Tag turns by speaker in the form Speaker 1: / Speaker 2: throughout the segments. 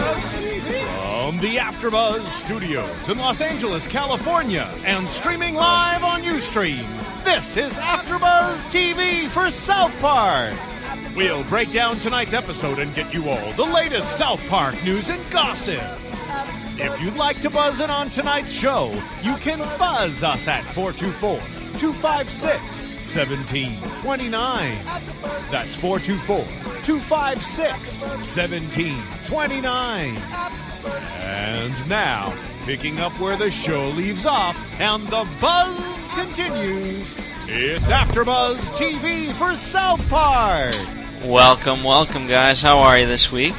Speaker 1: From the AfterBuzz Studios in Los Angeles, California, and streaming live on UStream, this is AfterBuzz TV for South Park. We'll break down tonight's episode and get you all the latest South Park news and gossip. If you'd like to buzz in on tonight's show, you can buzz us at 424 256 1729. That's 424 256 1729. And now, picking up where the show leaves off and the buzz continues, it's AfterBuzz TV for South Park.
Speaker 2: Welcome, welcome, guys. How are you this week?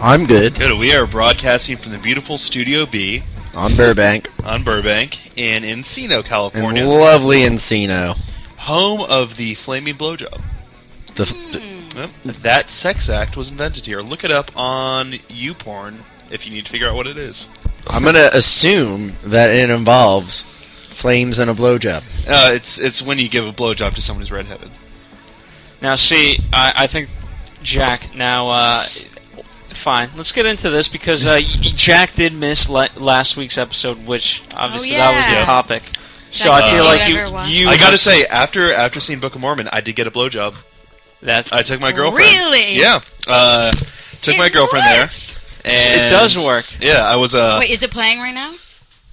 Speaker 3: I'm good.
Speaker 4: Good. We are broadcasting from the beautiful Studio B
Speaker 3: On Burbank.
Speaker 4: on Burbank in Encino,
Speaker 3: And
Speaker 4: California,
Speaker 3: lovely Encino.
Speaker 4: home of the flaming blowjob.
Speaker 3: The, the,
Speaker 4: Yep. That sex act was invented here. Look it up on YouPorn if you need to figure out what it is.
Speaker 3: I'm going to assume that it involves flames and a blowjob.
Speaker 4: Uh, it's it's when you give a blowjob to someone who's redheaded.
Speaker 2: Now, see, I, I think Jack. Now, uh, fine. Let's get into this because uh, y- y- Jack did miss la- last week's episode, which obviously that was
Speaker 5: Oh, yeah.
Speaker 2: the topic. So
Speaker 5: That
Speaker 2: I feel
Speaker 5: you
Speaker 2: like
Speaker 5: ever watched.
Speaker 2: you, you.
Speaker 4: Uh, I gotta say, after after seeing Book of Mormon, I did get a blowjob.
Speaker 2: that's
Speaker 4: I took my girlfriend.
Speaker 5: Really?
Speaker 4: Yeah. Uh, took
Speaker 5: It
Speaker 4: my girlfriend
Speaker 5: works.
Speaker 4: there. And
Speaker 2: It does work.
Speaker 4: Yeah, I was. Uh,
Speaker 5: Wait, is it playing right now?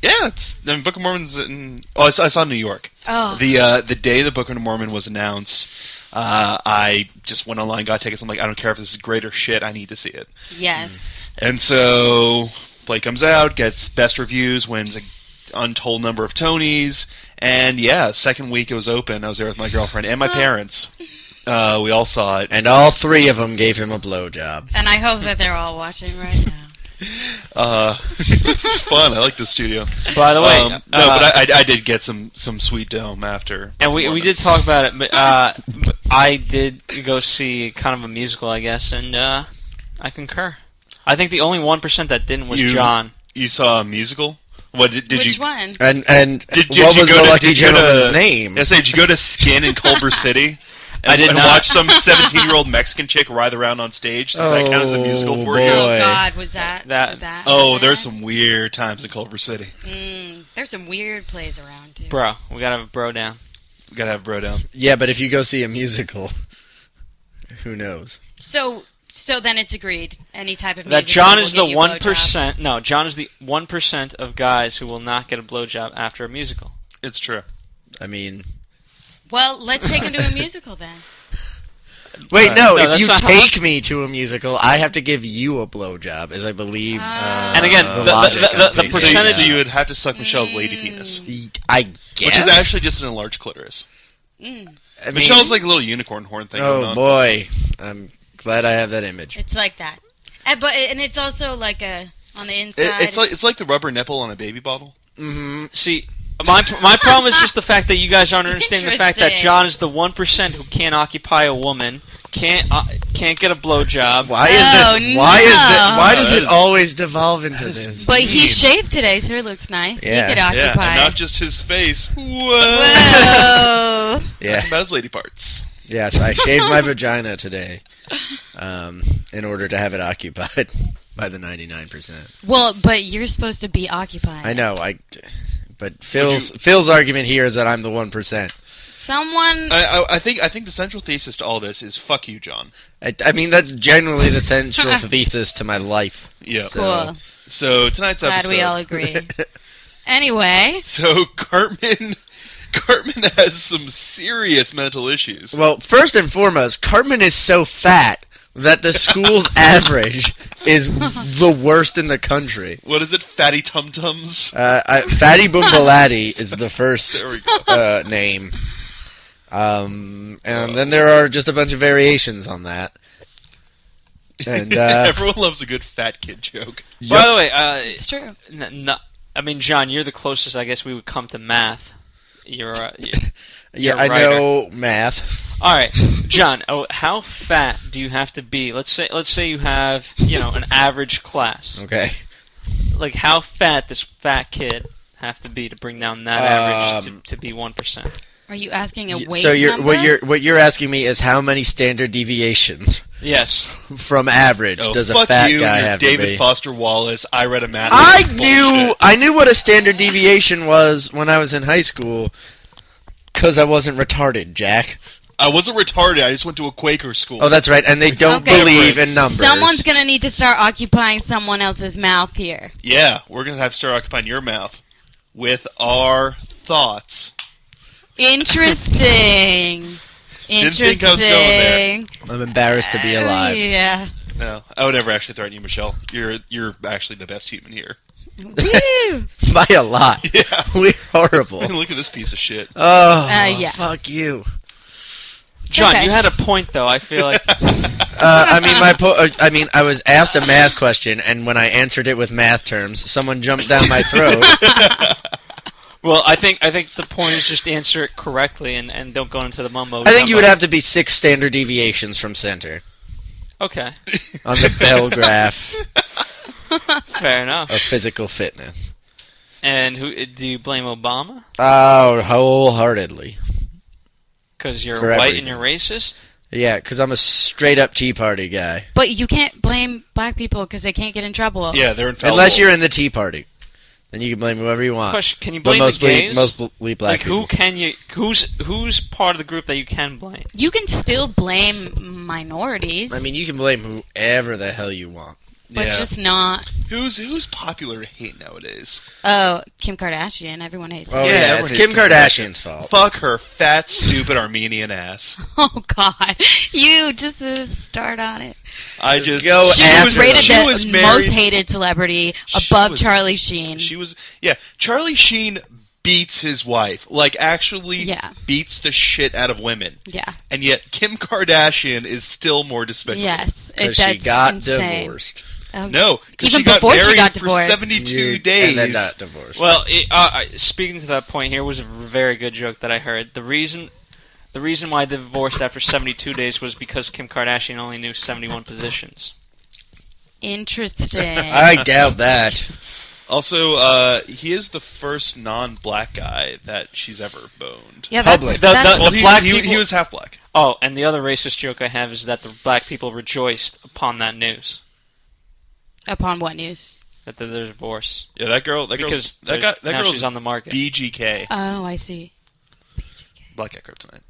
Speaker 4: Yeah, it's I mean, Book of Mormon's in. Oh, I saw, I saw New York.
Speaker 5: Oh.
Speaker 4: The uh, the day the Book of Mormon was announced, uh, I just went online, got tickets. I'm like, I don't care if this is great or shit. I need to see it.
Speaker 5: Yes.
Speaker 4: And so play comes out, gets best reviews, wins an untold number of Tonys, and yeah, second week it was open. I was there with my girlfriend and my
Speaker 5: Oh.
Speaker 4: parents. Uh, we all saw it.
Speaker 3: And all three of them gave him a blowjob.
Speaker 5: And I hope that they're all watching right now.
Speaker 4: Uh, it's fun. I like the studio.
Speaker 2: By the way,
Speaker 4: Um, no,
Speaker 2: uh,
Speaker 4: but I, I, I did get some some sweet dome after.
Speaker 2: and we, we
Speaker 4: Mormon.
Speaker 2: did talk about it, but uh, but I did go see kind of a musical, I guess, and uh, I concur. I think the only one percent that didn't was
Speaker 4: You-
Speaker 2: John.
Speaker 4: You saw a musical? What did, did
Speaker 5: Which
Speaker 4: you?
Speaker 5: one?
Speaker 3: And and
Speaker 4: Did, did
Speaker 3: what
Speaker 4: you
Speaker 3: was
Speaker 4: go
Speaker 3: the
Speaker 4: to,
Speaker 3: lucky
Speaker 4: did you go to-
Speaker 3: gentleman's name?
Speaker 4: I say, did you go to Skin in Culver City? And,
Speaker 2: I did
Speaker 4: and
Speaker 2: not.
Speaker 4: watch some seventeen-year-old Mexican chick writhe around on stage. Does that count as a musical
Speaker 3: Oh,
Speaker 4: for you?
Speaker 3: boy.
Speaker 5: Oh God, was that
Speaker 2: That-
Speaker 5: was that?
Speaker 4: Oh,
Speaker 5: was
Speaker 4: there's
Speaker 5: that?
Speaker 4: some weird times in Culver City.
Speaker 5: Mm, there's some weird plays around too.
Speaker 2: Bro, we gotta have a bro down.
Speaker 4: We gotta have bro down.
Speaker 3: Yeah, but if you go see a musical, who knows?
Speaker 5: So, so then it's agreed. Any type of
Speaker 2: That
Speaker 5: musical
Speaker 2: John
Speaker 5: will
Speaker 2: is
Speaker 5: get
Speaker 2: the
Speaker 5: you a
Speaker 2: one
Speaker 5: blowjob.
Speaker 2: percent. No, John is the one percent of guys who will not get a blowjob after a musical.
Speaker 4: It's true.
Speaker 3: I mean,
Speaker 5: Well, let's take him to a musical then.
Speaker 3: wait, uh, no.
Speaker 2: no,
Speaker 3: if
Speaker 2: that's
Speaker 3: you
Speaker 2: not how-
Speaker 3: take me to a musical, I have to give you a blowjob, as I believe.
Speaker 5: Ah.
Speaker 2: And again,
Speaker 3: Uh,
Speaker 2: the,
Speaker 3: the logic
Speaker 2: the, the,
Speaker 3: of
Speaker 2: the,
Speaker 3: these
Speaker 2: percentage
Speaker 4: So
Speaker 3: things.
Speaker 4: you would have to suck Michelle's lady penis,
Speaker 3: I guess.
Speaker 4: which is actually just an enlarged clitoris.
Speaker 5: Mm,
Speaker 3: I mean-
Speaker 4: Michelle's like a little unicorn horn thing. going
Speaker 3: Oh
Speaker 4: on.
Speaker 3: boy, I'm glad I have that image.
Speaker 5: it's like that. And, but and it's also like a on the
Speaker 4: It-
Speaker 5: inside.
Speaker 4: it's like it's like the rubber nipple on a baby bottle.
Speaker 3: Mm-hmm.
Speaker 2: See, my my problem is just the fact that you guys aren't understanding the fact that
Speaker 5: Interesting.
Speaker 2: John is the one percent who can't occupy a woman, can't uh, can't get a blowjob.
Speaker 3: Why is
Speaker 5: Oh,
Speaker 3: this? Why is this?
Speaker 5: no.
Speaker 3: Why does it
Speaker 4: Uh,
Speaker 3: always devolve into this?
Speaker 5: But he
Speaker 4: mean.
Speaker 5: shaved today, so it looks nice.
Speaker 3: Yeah.
Speaker 5: He could
Speaker 3: Yeah,
Speaker 4: Yeah, and
Speaker 5: occupy.
Speaker 4: not just his face. Whoa.
Speaker 5: Whoa.
Speaker 3: Yeah.
Speaker 4: About his lady parts.
Speaker 3: Yes, I shaved my vagina today, um, in order to have it occupied by the ninety nine percent.
Speaker 5: Well, but you're supposed to be occupied.
Speaker 3: I know. I. But Phil's Phil's argument here is that I'm the one percent.
Speaker 5: Someone.
Speaker 4: I, I, I think I think the central thesis to all this is fuck you, John.
Speaker 3: I, I mean, that's generally the central thesis to my life.
Speaker 4: Yeah.
Speaker 3: so-
Speaker 5: cool.
Speaker 4: So tonight's
Speaker 5: Glad
Speaker 4: episode.
Speaker 5: we all agree. anyway,
Speaker 4: So Cartman, Cartman has some serious mental issues.
Speaker 3: Well, first and foremost, Cartman is so fat that the school's average is the worst in the country.
Speaker 4: What is it? Fatty tum tums.
Speaker 3: Uh, I, Fatty Bumbalati is the first
Speaker 4: There we go.
Speaker 3: uh, name. Um, and then
Speaker 4: Uh,
Speaker 3: there are just a bunch of variations on that. And uh,
Speaker 4: Everyone loves a good fat kid joke.
Speaker 2: By the way, uh,
Speaker 5: it's true.
Speaker 2: n- n- I mean, John, you're the closest I guess we would come to math. You're uh, y-
Speaker 3: yeah,
Speaker 2: you're
Speaker 3: I
Speaker 2: right.
Speaker 3: know math.
Speaker 2: All right, John. Oh, how fat do you have to be? Let's say, let's say you have, you know, an average class.
Speaker 3: Okay.
Speaker 2: Like, how fat does fat kid have to be to bring down that average
Speaker 3: Um,
Speaker 2: to, to be one percent?
Speaker 5: Are you asking a weight
Speaker 3: So you're,
Speaker 5: number?
Speaker 3: what you're what you're asking me is how many standard deviations
Speaker 2: Yes.
Speaker 3: from average
Speaker 4: Oh,
Speaker 3: does a
Speaker 4: fuck
Speaker 3: fat
Speaker 4: you,
Speaker 3: guy
Speaker 4: you're
Speaker 3: have
Speaker 4: David
Speaker 3: to be?
Speaker 4: Foster Wallace. I read a math.
Speaker 3: I
Speaker 4: book.
Speaker 3: knew
Speaker 4: Bullshit.
Speaker 3: I knew what a standard deviation was when I was in high school cuz I wasn't retarded, Jack.
Speaker 4: I wasn't retarded. I just went to a Quaker school.
Speaker 3: Oh, that's right. And they don't
Speaker 5: Okay.
Speaker 3: believe in numbers.
Speaker 5: Someone's gonna need to start occupying someone else's mouth here.
Speaker 4: yeah. We're gonna have to start occupying your mouth with our thoughts.
Speaker 5: Interesting.
Speaker 4: Didn't
Speaker 5: Interesting.
Speaker 4: think I was going there.
Speaker 3: I'm embarrassed to be alive.
Speaker 5: Yeah.
Speaker 4: No, I would never actually threaten you, Michelle. You're you're actually the best human here.
Speaker 5: Woo.
Speaker 3: By a lot.
Speaker 4: Yeah.
Speaker 3: We're horrible.
Speaker 4: Look at this piece of shit.
Speaker 3: Oh,
Speaker 5: Uh, yeah.
Speaker 3: fuck you.
Speaker 2: John,
Speaker 5: Okay.
Speaker 2: you had a point though. I feel like
Speaker 3: Uh, I mean, my po- uh, I mean, I was asked a math question, and when I answered it with math terms, someone jumped down my throat.
Speaker 2: Well, I think I think the point is just answer it correctly and, and don't go into the mumbo.
Speaker 3: I think you would
Speaker 2: jumbo.
Speaker 3: have to be six standard deviations from center
Speaker 2: Okay,
Speaker 3: on the bell graph
Speaker 2: fair enough.
Speaker 3: of physical fitness.
Speaker 2: And who do you blame Obama?
Speaker 3: Oh, wholeheartedly.
Speaker 2: Because you're
Speaker 3: For
Speaker 2: white
Speaker 3: everything.
Speaker 2: and you're racist.
Speaker 3: Yeah, because I'm a straight up Tea Party guy.
Speaker 5: But you can't blame black people because they can't get in trouble.
Speaker 4: Yeah, they're infallible.
Speaker 3: Unless you're in the Tea Party, then you can blame whoever you want.
Speaker 2: Question: Can you
Speaker 3: but
Speaker 2: blame
Speaker 3: mostly,
Speaker 2: the gays?
Speaker 3: mostly black
Speaker 2: like who
Speaker 3: people.
Speaker 2: can you? Who's who's part of the group that you can blame?
Speaker 5: You can still blame minorities.
Speaker 3: I mean, you can blame whoever the hell you want.
Speaker 5: but
Speaker 4: Yeah.
Speaker 5: just not.
Speaker 4: who's who's popular to hate nowadays.
Speaker 5: Oh, Kim Kardashian. Everyone hates. her.
Speaker 3: Oh yeah, it's
Speaker 4: everyone
Speaker 3: Kim
Speaker 4: hates Kardashian.
Speaker 3: Kardashian's fault.
Speaker 4: Fuck her fat, stupid Armenian ass.
Speaker 5: Oh God, you just uh, start on it.
Speaker 4: I just
Speaker 3: go
Speaker 4: she
Speaker 3: after
Speaker 4: was,
Speaker 3: her.
Speaker 5: Rated
Speaker 4: Oh, she
Speaker 5: the
Speaker 4: was
Speaker 5: most
Speaker 4: married.
Speaker 5: hated celebrity
Speaker 4: She
Speaker 5: above
Speaker 4: was-
Speaker 5: Charlie Sheen.
Speaker 4: she was yeah. Charlie Sheen beats his wife like actually
Speaker 5: Yeah.
Speaker 4: beats the shit out of women.
Speaker 5: yeah.
Speaker 4: And yet Kim Kardashian is still more despicable.
Speaker 5: Yes. It,
Speaker 3: Because she
Speaker 5: that's
Speaker 3: got
Speaker 5: insane.
Speaker 3: divorced.
Speaker 5: Oh,
Speaker 4: No, 'cause
Speaker 5: Even
Speaker 4: she got
Speaker 5: before she
Speaker 4: married
Speaker 5: got
Speaker 4: for
Speaker 5: divorced.
Speaker 4: seventy-two
Speaker 3: You-
Speaker 4: days.
Speaker 3: And then not divorced.
Speaker 2: Well, it, uh, I- speaking to that point here was a very good joke that I heard. The reason. The reason why they divorced after 72 days was because Kim Kardashian only knew 71 positions.
Speaker 5: Interesting.
Speaker 3: I doubt that.
Speaker 4: Also, uh, he is the first non-black guy that she's ever boned.
Speaker 5: yeah, that's,
Speaker 3: Public.
Speaker 5: that's-
Speaker 2: The- the-
Speaker 4: Well, he,
Speaker 2: black
Speaker 4: he-
Speaker 2: people-
Speaker 4: he was half black.
Speaker 2: Oh, and the other racist joke I have is that the black people rejoiced upon that news
Speaker 5: upon what news?
Speaker 2: that they're their divorce
Speaker 4: Yeah, that girl. That girl.
Speaker 2: because
Speaker 4: That, guy,
Speaker 2: there's-
Speaker 4: that
Speaker 2: now
Speaker 4: girl's
Speaker 2: she's on the market.
Speaker 4: BGK.
Speaker 5: Oh, I see.
Speaker 4: Black Guy Kryptonite.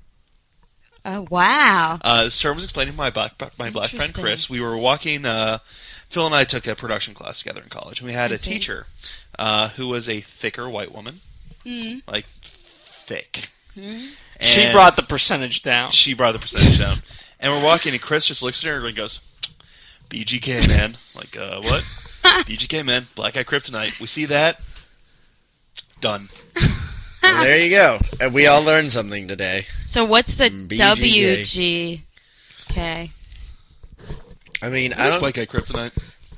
Speaker 5: Oh, wow.
Speaker 4: Uh, Stern was explaining to my black my black friend
Speaker 5: Interesting.
Speaker 4: Chris. We were walking. Uh, Phil and I took a production class together in college, and we had
Speaker 5: I
Speaker 4: a
Speaker 5: see.
Speaker 4: teacher uh, who was a thicker white woman,
Speaker 5: Mm.
Speaker 4: like thick.
Speaker 5: Hmm.
Speaker 2: She
Speaker 4: And
Speaker 2: brought the percentage down.
Speaker 4: she brought the percentage down, and we're walking, and Chris just looks at her and goes, "BGK man, like uh, what? BGK man, Black Guy Kryptonite. We see that. Done.
Speaker 3: Well, there you go. And we all learned something today.
Speaker 5: So what's the
Speaker 4: Mm,
Speaker 3: BGK.
Speaker 5: WGK?
Speaker 3: I mean, I
Speaker 4: That's
Speaker 3: don't.
Speaker 4: Black Guy Kryptonite.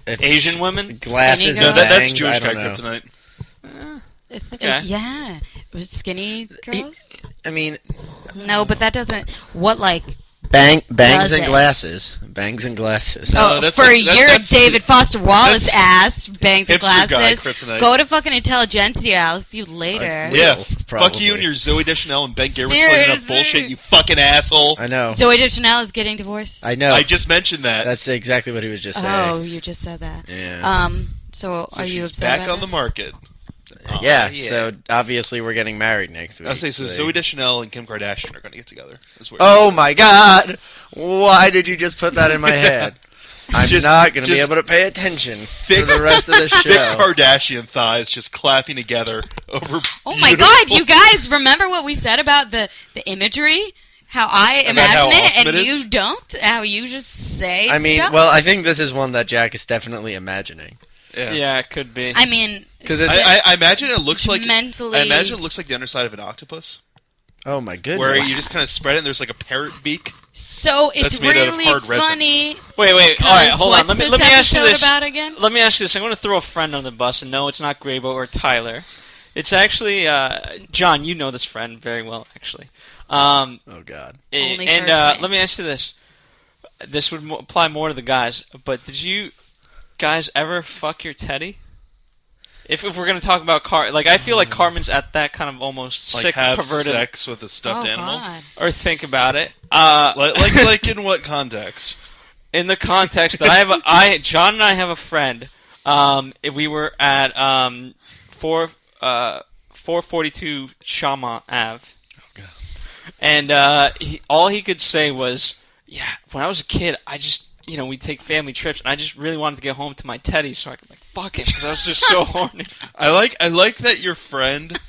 Speaker 3: if-
Speaker 2: Asian women?
Speaker 3: glasses.
Speaker 5: Skinny
Speaker 4: No,
Speaker 3: and
Speaker 5: girl?
Speaker 4: that, that's
Speaker 3: bangs,
Speaker 4: Jewish
Speaker 3: I
Speaker 4: Guy
Speaker 3: don't know.
Speaker 4: Kryptonite.
Speaker 5: It- it-
Speaker 2: Okay.
Speaker 5: yeah. It was skinny girls?
Speaker 3: I mean,
Speaker 5: No, but that doesn't. What, like.
Speaker 3: bang, bangs and
Speaker 5: Closet.
Speaker 3: glasses. Bangs and glasses.
Speaker 4: No,
Speaker 5: oh,
Speaker 4: that's
Speaker 5: for
Speaker 4: like-
Speaker 5: a
Speaker 4: that's-
Speaker 5: year,
Speaker 4: that's-
Speaker 5: David Foster Wallace ass, bangs and
Speaker 4: hipster guy
Speaker 5: glasses.
Speaker 4: kryptonite.
Speaker 5: Go to fucking intelligentsia. I'll see you later.
Speaker 3: I-
Speaker 4: Yeah,
Speaker 3: Well,
Speaker 4: f- fuck
Speaker 3: probably.
Speaker 4: you and your Zoe Deschanel and Ben Gibbard slating up
Speaker 5: Seriously.
Speaker 4: bullshit, you fucking asshole.
Speaker 3: I know.
Speaker 5: Zoe Deschanel is getting divorced.
Speaker 3: I know.
Speaker 4: I just mentioned that.
Speaker 3: That's exactly what he was just saying.
Speaker 5: oh, you just said that.
Speaker 3: Yeah.
Speaker 5: Um. So,
Speaker 4: so
Speaker 5: are
Speaker 4: she's
Speaker 5: you upset?
Speaker 4: back
Speaker 5: about
Speaker 4: on the
Speaker 5: that?
Speaker 4: market.
Speaker 2: Oh,
Speaker 3: Uh, yeah,
Speaker 4: Uh, yeah.
Speaker 3: so obviously we're getting married next week.
Speaker 4: I say so.
Speaker 3: so-
Speaker 4: Zoe Deschanel and Kim Kardashian are going to get together. That's what-
Speaker 3: Oh my God! Why did you just put that in my head? I'm
Speaker 4: Just-
Speaker 3: not going to be
Speaker 4: just-
Speaker 3: able to pay attention
Speaker 4: Big-
Speaker 3: for the rest of the
Speaker 4: Big
Speaker 3: show.
Speaker 4: Kardashian thighs just clapping together over.
Speaker 5: Oh my
Speaker 4: beautiful-
Speaker 5: God, you guys remember what we said about the, the imagery? How I
Speaker 4: About how
Speaker 5: imagine it
Speaker 4: awesome
Speaker 5: and
Speaker 4: it is?
Speaker 5: you don't? How you just say
Speaker 3: I mean,
Speaker 5: stuff?
Speaker 3: well, I think this is one that Jack is definitely imagining.
Speaker 4: Yeah.
Speaker 2: Yeah, it could be.
Speaker 5: I mean,
Speaker 3: 'Cause
Speaker 5: it's-
Speaker 4: I, I, I imagine it looks like
Speaker 5: Mentally-
Speaker 4: I imagine it looks like the underside of an octopus,
Speaker 3: Oh my goodness!
Speaker 4: where you just kind of spread it. and There's like a parrot beak.
Speaker 5: so it's
Speaker 4: That's made out of
Speaker 5: really
Speaker 4: hard resin.
Speaker 5: funny.
Speaker 2: wait, wait. All right,
Speaker 5: Cause
Speaker 2: hold on.
Speaker 5: what's
Speaker 2: Let me
Speaker 5: this
Speaker 2: let me ask you
Speaker 5: episode
Speaker 2: this.
Speaker 5: about again?
Speaker 2: Let me ask you this. I'm going to throw a friend on the bus, and no, it's not Grabo or Tyler. It's actually uh, John. You know this friend very well, actually. Um,
Speaker 3: oh God!
Speaker 2: and
Speaker 5: Only
Speaker 2: and,
Speaker 5: first
Speaker 2: uh,
Speaker 5: name.
Speaker 2: let me ask you this. This would mo- apply more to the guys, but did you guys ever fuck your teddy? If, if we're gonna talk about Car, like I feel like Carmen's at that kind of almost
Speaker 4: Like
Speaker 2: sick,
Speaker 4: have
Speaker 2: perverted,
Speaker 4: sex with a stuffed
Speaker 5: oh,
Speaker 4: animal.
Speaker 5: God.
Speaker 2: or think about it. Uh,
Speaker 4: Like, like like in what context?
Speaker 2: in the context that I have, a, I John and I have a friend. Um, we were at um, four uh, four forty two Shama Ave, and uh, he, all he could say was, "Yeah, when I was a kid, I just." You know, we take family trips, and I just really wanted to get home to my teddy so I could like fuck it because I was just so horny.
Speaker 4: I like I like that your friend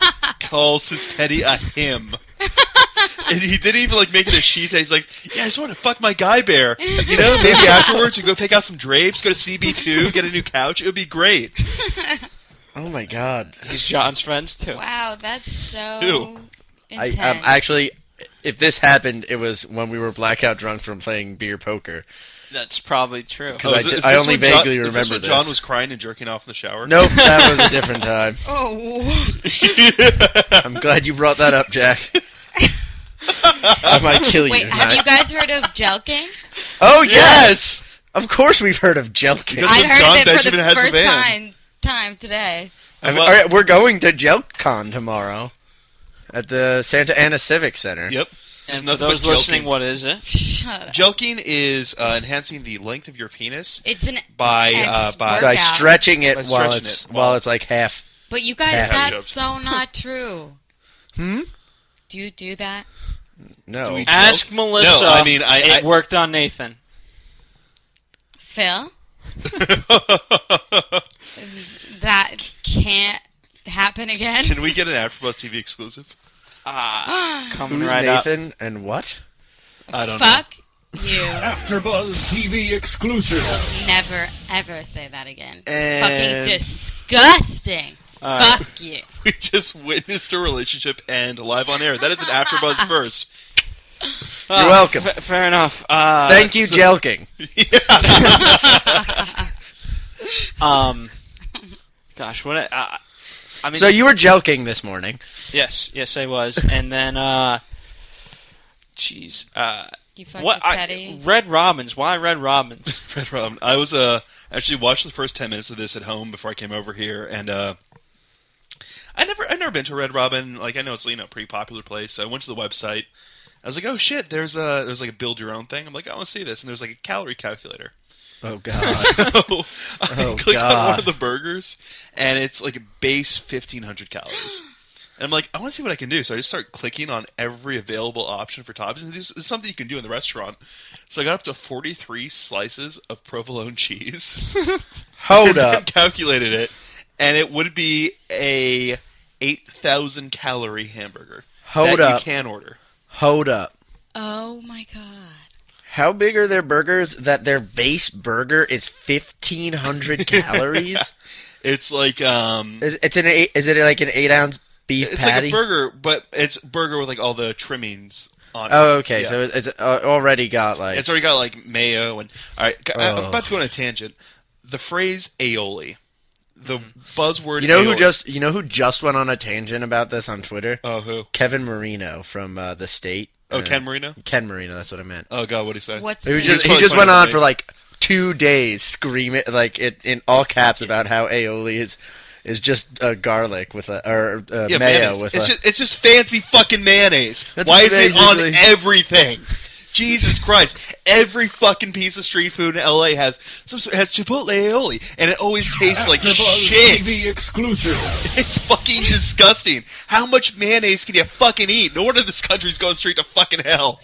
Speaker 4: calls his teddy a him. And he didn't even like make it a she teddy. He's like, yeah, I just want to fuck my guy bear. You know, maybe afterwards we go pick out some drapes, go to CB2, get a new couch. It would be great.
Speaker 3: Oh my God!
Speaker 2: He's John's friends too.
Speaker 5: Wow, that's so
Speaker 4: Ew.
Speaker 3: I
Speaker 5: intense.
Speaker 3: um, actually, if this happened, it was when we were blackout drunk from playing beer poker.
Speaker 2: That's probably true.
Speaker 3: I
Speaker 4: Oh, is-
Speaker 3: did-
Speaker 4: is
Speaker 3: I
Speaker 4: this
Speaker 3: only
Speaker 4: when John-
Speaker 3: vaguely
Speaker 4: is
Speaker 3: remember
Speaker 4: when
Speaker 3: this.
Speaker 4: John was crying and jerking off in the shower.
Speaker 3: Nope, that was a different time.
Speaker 5: Oh,
Speaker 3: I'm glad you brought that up, Jack. I might kill you.
Speaker 5: wait, have
Speaker 3: tonight.
Speaker 5: you guys heard of Jelking?
Speaker 3: Oh yes. Of course, we've heard of Jelkin.
Speaker 4: Because-
Speaker 5: I
Speaker 4: what
Speaker 5: heard
Speaker 4: John
Speaker 5: of it for
Speaker 4: Benjamin
Speaker 5: the
Speaker 4: has a
Speaker 5: first
Speaker 4: van.
Speaker 5: time, time today.
Speaker 3: I've-
Speaker 4: Well-
Speaker 3: all right, we're going to JelkCon tomorrow at the Santa Ana Civic Center.
Speaker 4: Yep.
Speaker 2: and for
Speaker 4: nothing but
Speaker 2: those listening,
Speaker 4: jelking.
Speaker 2: what is it?
Speaker 5: Shut up.
Speaker 4: Jelking is uh, enhancing the length of your penis
Speaker 5: It's an
Speaker 4: by uh,
Speaker 5: Ex-
Speaker 4: by
Speaker 5: work-
Speaker 3: By
Speaker 5: Workout.
Speaker 3: stretching it
Speaker 4: By
Speaker 3: while
Speaker 4: stretching
Speaker 3: it's
Speaker 4: it
Speaker 3: while
Speaker 4: while-
Speaker 3: it's like half.
Speaker 5: But you guys,
Speaker 3: Bad
Speaker 5: that's
Speaker 4: jokes.
Speaker 5: so not true.
Speaker 3: Hmm?
Speaker 5: Do you do that?
Speaker 3: No.
Speaker 4: Do we-
Speaker 2: Ask
Speaker 4: No,
Speaker 2: Melissa.
Speaker 4: I mean, I-
Speaker 2: it
Speaker 4: I-
Speaker 2: worked on Nathan.
Speaker 5: Phil, that can't happen again.
Speaker 4: Can we get an AfterBuzz TV exclusive?
Speaker 2: Coming
Speaker 3: Who's
Speaker 2: right up.
Speaker 3: Nathan and what?
Speaker 4: I don't
Speaker 5: Fuck you.
Speaker 6: AfterBuzz TV exclusive.
Speaker 5: Never, ever say that again. It's
Speaker 3: And-
Speaker 5: Fucking disgusting. Fuck you.
Speaker 4: We just witnessed a relationship end live on air. That is an AfterBuzz first. Ah.
Speaker 2: You're
Speaker 3: welcome.
Speaker 2: Ah, fair enough. Uh,
Speaker 3: Thank you, Jelking.
Speaker 2: Um, gosh, what? I- I, I mean,
Speaker 3: So you were Jelking this morning.
Speaker 2: yes, yes, I was, and then, uh, jeez, uh,
Speaker 5: You fucked
Speaker 2: what?
Speaker 5: your
Speaker 2: I,
Speaker 5: teddy.
Speaker 2: Red Robins. Why Red Robins?
Speaker 4: Red Robin. I was uh actually watched the first ten minutes of this at home before I came over here, and uh, I never I've never been to Red Robin. Like I know it's you know a pretty popular place. So I went to the website. I was like, oh shit, there's a there's like a build your own thing. I'm like, I want to see this, and there's like a calorie calculator.
Speaker 3: Oh God.
Speaker 4: So I
Speaker 3: Oh,
Speaker 4: clicked on
Speaker 3: God.
Speaker 4: one of the burgers, and it's like base fifteen hundred calories. And I'm like, I want to see what I can do. So I just start clicking on every available option for toppings. And This is something you can do in the restaurant. So I got up to 43 slices of provolone cheese.
Speaker 3: Hold
Speaker 4: and then
Speaker 3: up.
Speaker 4: Calculated it, and it would be a 8,000 calorie hamburger.
Speaker 3: Hold
Speaker 4: that
Speaker 3: up.
Speaker 4: You can order.
Speaker 3: Hold up.
Speaker 5: Oh my god.
Speaker 3: How big are their burgers that their base burger is 1500 calories?
Speaker 4: It's like um,
Speaker 3: Is it's an eight, is it like an 8 ounce beef
Speaker 4: it's
Speaker 3: patty?
Speaker 4: like a burger, but it's burger with like all the trimmings on.
Speaker 3: Oh,
Speaker 4: it.
Speaker 3: okay.
Speaker 4: Yeah.
Speaker 3: So it's uh, already got like
Speaker 4: It's already got like mayo and all right. I- I'm
Speaker 3: Oh.
Speaker 4: about to go on a tangent. The phrase aioli, the buzzword.
Speaker 3: You know who
Speaker 4: aioli.
Speaker 3: just you know who just went on a tangent about this on Twitter?
Speaker 4: Oh who?
Speaker 3: Kevin Marino from uh, the state.
Speaker 4: Oh
Speaker 3: Uh,
Speaker 4: Ken Marino.
Speaker 3: Ken Marino. That's what I meant.
Speaker 4: Oh god, what did he say?
Speaker 5: What's
Speaker 3: He was
Speaker 5: the-
Speaker 4: was
Speaker 3: just he
Speaker 4: probably
Speaker 3: just went
Speaker 4: funny to
Speaker 3: on
Speaker 4: me.
Speaker 3: for like two days screaming like it in all caps about how aioli is is just uh, garlic with a or uh,
Speaker 4: Yeah,
Speaker 3: mayo
Speaker 4: mayonnaise.
Speaker 3: with
Speaker 4: it's
Speaker 3: a.
Speaker 4: just it's just fancy fucking mayonnaise.
Speaker 3: That's
Speaker 4: Why is it on
Speaker 3: basically-
Speaker 4: everything? Jesus Christ! Every fucking piece of street food in LA has some sort- has Chipotle aioli, and it always tastes like
Speaker 6: AfterBuzz
Speaker 4: shit.
Speaker 6: TV exclusive.
Speaker 4: It's fucking disgusting. How much mayonnaise can you fucking eat? No wonder this country's going straight to fucking hell.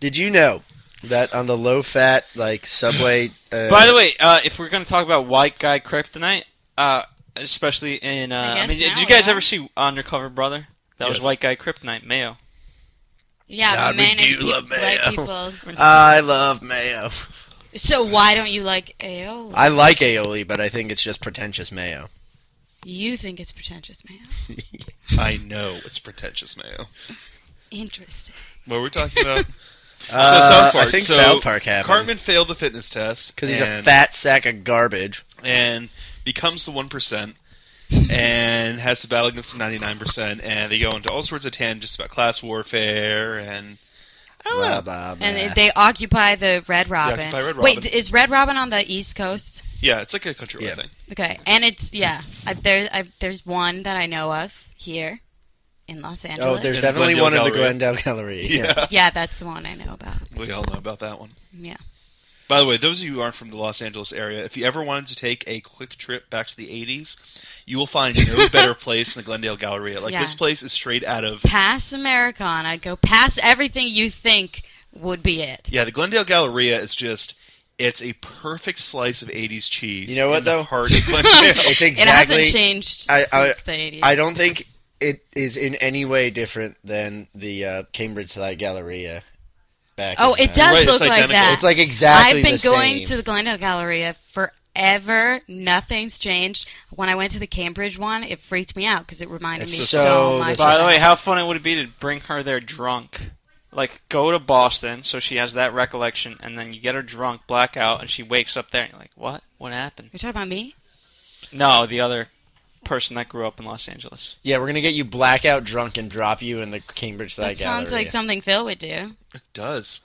Speaker 3: Did you know that on the low fat like Subway? Uh,
Speaker 2: By the way, uh, if we're going to talk about white guy kryptonite, uh, especially in, uh, I,
Speaker 5: I
Speaker 2: mean,
Speaker 5: guess
Speaker 2: did you
Speaker 5: now,
Speaker 2: guys
Speaker 5: yeah.
Speaker 2: ever see Undercover Brother? That was
Speaker 4: Yes.
Speaker 2: white guy kryptonite, Mayo.
Speaker 5: Yeah,
Speaker 3: God,
Speaker 5: but
Speaker 3: we
Speaker 5: man,
Speaker 3: do
Speaker 5: peop-
Speaker 3: love
Speaker 5: white
Speaker 3: mayo.
Speaker 5: people.
Speaker 3: I love mayo.
Speaker 5: So why don't you like AO?
Speaker 3: I like aioli, but I think it's just pretentious mayo.
Speaker 5: You think it's pretentious, man.
Speaker 4: I know it's pretentious mayo.
Speaker 5: Interesting.
Speaker 4: What were we talking about?
Speaker 3: Uh,
Speaker 4: so South Park.
Speaker 3: I think
Speaker 4: so
Speaker 3: South Park happened
Speaker 4: Cartman failed the fitness test
Speaker 3: because he's a
Speaker 4: and- Ah.
Speaker 3: fat sack of garbage.
Speaker 4: and becomes the one percent and has to battle against the ninety nine percent and they go into all sorts of tangents about class warfare and I don't
Speaker 3: Blah,
Speaker 4: know.
Speaker 3: blah, blah.
Speaker 5: And they occupy the Red Robin.
Speaker 4: occupy Red
Speaker 5: Wait,
Speaker 4: Robin.
Speaker 5: d- is Red Robin on the East Coast?
Speaker 4: Yeah, it's like a countrywide
Speaker 3: Yeah.
Speaker 4: thing.
Speaker 5: Okay, and it's yeah. I, there, I, there's one that I know of here in Los Angeles.
Speaker 3: oh, there's
Speaker 4: It's
Speaker 3: definitely one in the
Speaker 4: Glendale
Speaker 3: Glendale Gallery.
Speaker 4: Yeah.
Speaker 5: yeah, that's the one I know about.
Speaker 4: We all know about that one.
Speaker 5: Yeah.
Speaker 4: By the way, those of you who aren't from the Los Angeles area, if you ever wanted to take a quick trip back to the 80s, you will find no better place than the Glendale Galleria. Like,
Speaker 5: Yeah.
Speaker 4: this place is straight out of.
Speaker 5: Pass Americana. Go past everything you think would be it.
Speaker 4: Yeah, the Glendale Galleria is just. It's a perfect slice of 80s cheese.
Speaker 3: You know what,
Speaker 4: in the
Speaker 3: though?
Speaker 4: Heart of Glendale.
Speaker 3: It's
Speaker 5: It
Speaker 3: exactly.
Speaker 5: hasn't changed
Speaker 3: I- I-
Speaker 5: since the 80s.
Speaker 3: I don't think it is in any way different than the uh, Cambridge Side Galleria. Back.
Speaker 5: oh,
Speaker 3: in,
Speaker 5: it
Speaker 3: uh,
Speaker 5: does
Speaker 4: Right, it's
Speaker 5: look like
Speaker 4: identical.
Speaker 5: that.
Speaker 3: It's like exactly.
Speaker 5: I've been
Speaker 3: the
Speaker 5: going
Speaker 3: same.
Speaker 5: to the Glendale Galleria forever. Nothing's changed. When I went to the Cambridge one, it freaked me out because it reminded
Speaker 3: It's
Speaker 5: me
Speaker 3: so
Speaker 5: so,
Speaker 3: the
Speaker 5: much.
Speaker 2: By the
Speaker 5: of that.
Speaker 2: way, how funny would it be to bring her there drunk? Like, go to Boston so she has that recollection, and then you get her drunk, blackout, and she wakes up there, and you're like, what? What happened?
Speaker 5: you're talking about me?
Speaker 2: No, the other person that grew up in Los Angeles.
Speaker 3: Yeah, we're gonna get you blackout drunk and drop you in the Cambridge Side
Speaker 5: That sounds
Speaker 3: Galleria.
Speaker 5: like something Phil would do.
Speaker 4: does.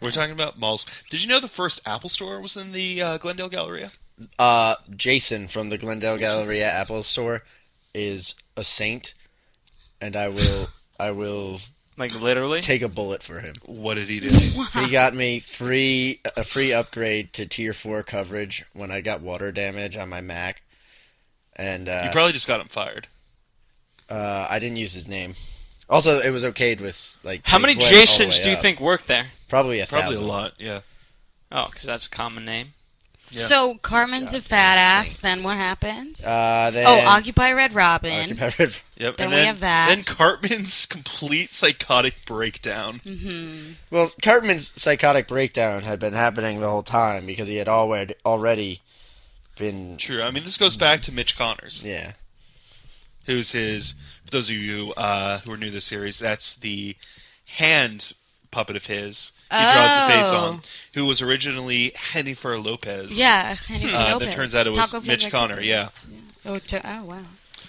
Speaker 4: We're talking about malls. Did you know the first Apple store was in the uh, Glendale Galleria?
Speaker 3: Uh, Jason from the Glendale Galleria Apple Store is a saint, and I will I will
Speaker 2: Like, literally?
Speaker 3: take a bullet for him.
Speaker 4: What did he do?
Speaker 3: He got me free a free upgrade to tier four coverage when I got water damage on my Mac, and uh,
Speaker 4: you probably just got him fired.
Speaker 3: uh, I didn't use his name. Also, it was okayed with like.
Speaker 2: How
Speaker 3: it
Speaker 2: many
Speaker 3: went all the
Speaker 2: Jasons
Speaker 3: way
Speaker 2: do you
Speaker 3: up.
Speaker 2: think work there?
Speaker 3: Probably a
Speaker 4: Probably a
Speaker 3: thousand.
Speaker 4: lot. Yeah.
Speaker 2: Oh, because that's a common name.
Speaker 4: Yeah.
Speaker 5: So Carmen's a fat ass. Then what happens?
Speaker 3: Uh, then,
Speaker 5: oh, Occupy Red Robin.
Speaker 3: Occupy Red-
Speaker 4: Yep.
Speaker 5: Then
Speaker 4: and
Speaker 5: we
Speaker 4: then,
Speaker 5: have that.
Speaker 4: Then Cartman's complete psychotic breakdown.
Speaker 5: Mm.
Speaker 3: Well, Cartman's psychotic breakdown had been happening the whole time because he had already already been
Speaker 4: True. I mean, this goes back to Mitch Connors,
Speaker 3: Yeah,
Speaker 4: who's his. For those of you uh, who are new to the series, that's the hand puppet of his. He draws the face
Speaker 5: Oh.
Speaker 4: on, who was originally Jennifer Lopez.
Speaker 5: Yeah, and
Speaker 4: Uh, That turns out it was Mitch Connor. Yeah.
Speaker 5: Oh, to, oh wow.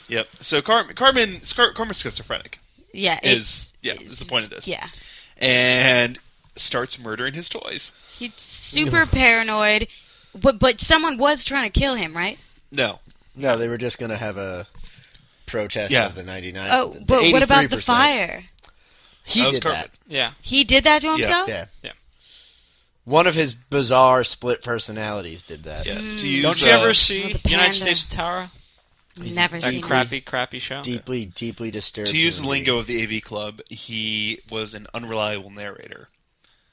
Speaker 4: Yep. So Car- Carmen, Scar- Carmen's schizophrenic.
Speaker 5: Yeah.
Speaker 4: Is-
Speaker 5: it's,
Speaker 4: yeah, that's the point of this.
Speaker 5: Yeah.
Speaker 4: and starts murdering his toys.
Speaker 5: He's super paranoid, but but someone was trying to kill him, right?
Speaker 4: No.
Speaker 3: no, they were just gonna have a protest
Speaker 4: Yeah.
Speaker 3: of Uh, the ninety nine.
Speaker 5: Oh, but what about the fire?
Speaker 3: He
Speaker 4: That was
Speaker 3: did
Speaker 4: Cartman.
Speaker 3: that.
Speaker 2: Yeah.
Speaker 5: He did that to himself.
Speaker 3: Yeah,
Speaker 2: Yeah.
Speaker 3: One of his bizarre split personalities did that.
Speaker 4: Yeah.
Speaker 5: Hmm.
Speaker 4: To use,
Speaker 2: Don't you
Speaker 4: uh,
Speaker 2: ever see
Speaker 5: Well, the
Speaker 2: United
Speaker 5: panda.
Speaker 2: States of Tara?
Speaker 5: Never
Speaker 2: That
Speaker 5: seen
Speaker 2: crappy, crappy show.
Speaker 3: Deeply, deeply disturbed.
Speaker 4: to use the
Speaker 3: human
Speaker 4: lingo
Speaker 3: being.
Speaker 4: of the AV Club, he was an unreliable narrator.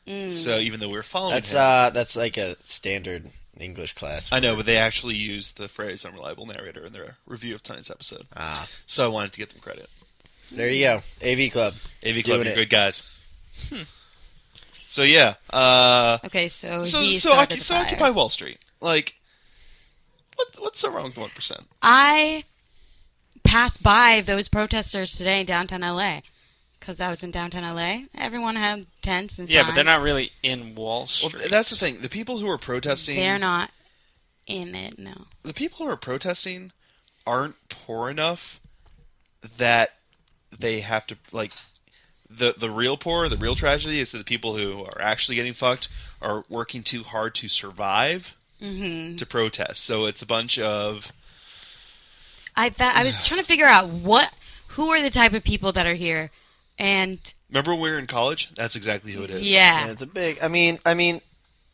Speaker 5: Hmm.
Speaker 4: So even though we were following
Speaker 3: that's
Speaker 4: him,
Speaker 3: uh, that's like a standard English class.
Speaker 4: I know, but they actually used the phrase "unreliable narrator" in their review of tonight's episode.
Speaker 3: Ah,
Speaker 4: So I wanted to give them credit.
Speaker 3: there you go. AV Club.
Speaker 4: AV
Speaker 3: Doing
Speaker 4: Club, you're
Speaker 3: it.
Speaker 4: good guys. Hmm. So yeah, uh,
Speaker 5: Okay, so,
Speaker 4: so
Speaker 5: he
Speaker 4: so,
Speaker 5: started
Speaker 4: Occu-
Speaker 5: the
Speaker 4: so
Speaker 5: fire.
Speaker 4: occupy Wall Street. Like, what, what's so wrong with one percent?
Speaker 5: I passed by those protesters today in downtown LA because I was in downtown LA. Everyone had tents and
Speaker 2: Yeah, but they're
Speaker 5: signs.
Speaker 2: not really in Wall
Speaker 4: Well,
Speaker 2: Street.
Speaker 4: that's the thing. The people who are protesting,
Speaker 5: They're not in it. No.
Speaker 4: the people who are protesting aren't poor enough that they have to like the the real poor the real tragedy is that the people who are actually getting fucked are working too hard to survive
Speaker 5: Mm-hmm.
Speaker 4: to protest so it's a bunch of
Speaker 5: I thought I was trying to figure out what who are the type of people that are here, and
Speaker 4: Remember when we were in college? That's exactly who it is.
Speaker 5: Yeah.
Speaker 3: it's a big. I mean, I mean,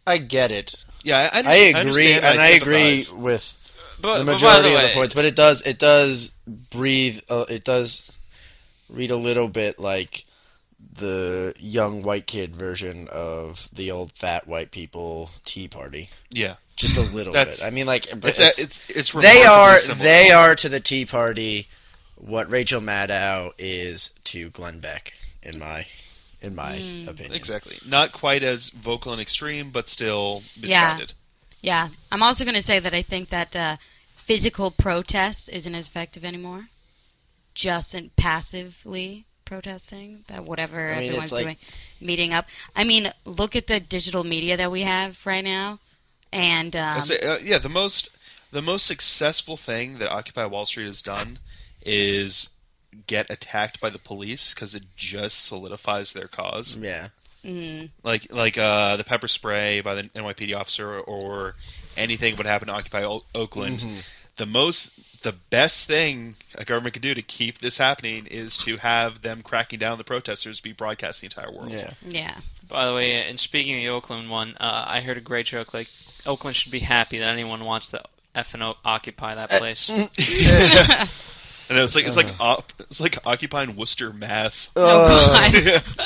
Speaker 3: I get it.
Speaker 4: Yeah, I,
Speaker 3: I agree,
Speaker 4: understand,
Speaker 3: and I, agree
Speaker 4: sympathize.
Speaker 3: with
Speaker 2: But,
Speaker 3: the
Speaker 2: but by
Speaker 3: majority
Speaker 2: the
Speaker 3: of
Speaker 2: way,
Speaker 3: the points, but it does it does breathe. Uh, it does read a little bit like the young white kid version of the old fat white people tea party.
Speaker 4: Yeah,
Speaker 3: Just a little
Speaker 4: That's-
Speaker 3: bit. I mean, like but
Speaker 4: it's it's, it's, it's
Speaker 3: they are
Speaker 4: remarkably similar.
Speaker 3: they are to the tea party what Rachel Maddow is to Glenn Beck in my in my opinion.
Speaker 4: exactly not quite as vocal and extreme, but still
Speaker 5: Yeah.
Speaker 4: misguided.
Speaker 5: Yeah. I'm also going to say that I think that uh, physical protest isn't as effective anymore. Just in passively protesting that whatever
Speaker 3: I mean,
Speaker 5: everyone's
Speaker 3: it's like-
Speaker 5: doing, meeting up. I mean, look at the digital media that we have right now, and um,
Speaker 4: I say, uh, yeah, the most the most successful thing that Occupy Wall Street has done is get attacked by the police because it just solidifies their cause.
Speaker 3: Yeah.
Speaker 4: Like like uh, the pepper spray by the NYPD officer or anything would happen to Occupy o- Oakland.
Speaker 3: Mm-hmm.
Speaker 4: The most the best thing a government could do to keep this happening is to have them cracking down on the protesters be broadcast to the entire world.
Speaker 3: Yeah.
Speaker 5: yeah,
Speaker 2: by the way, and speaking of the Oakland one, uh, I heard a great joke. Like Oakland should be happy that anyone wants to effing o- occupy
Speaker 4: Uh,
Speaker 2: that place.
Speaker 4: And it's like it's like
Speaker 3: Uh-huh.
Speaker 4: op, it's like occupying Worcester, Mass.
Speaker 3: Uh.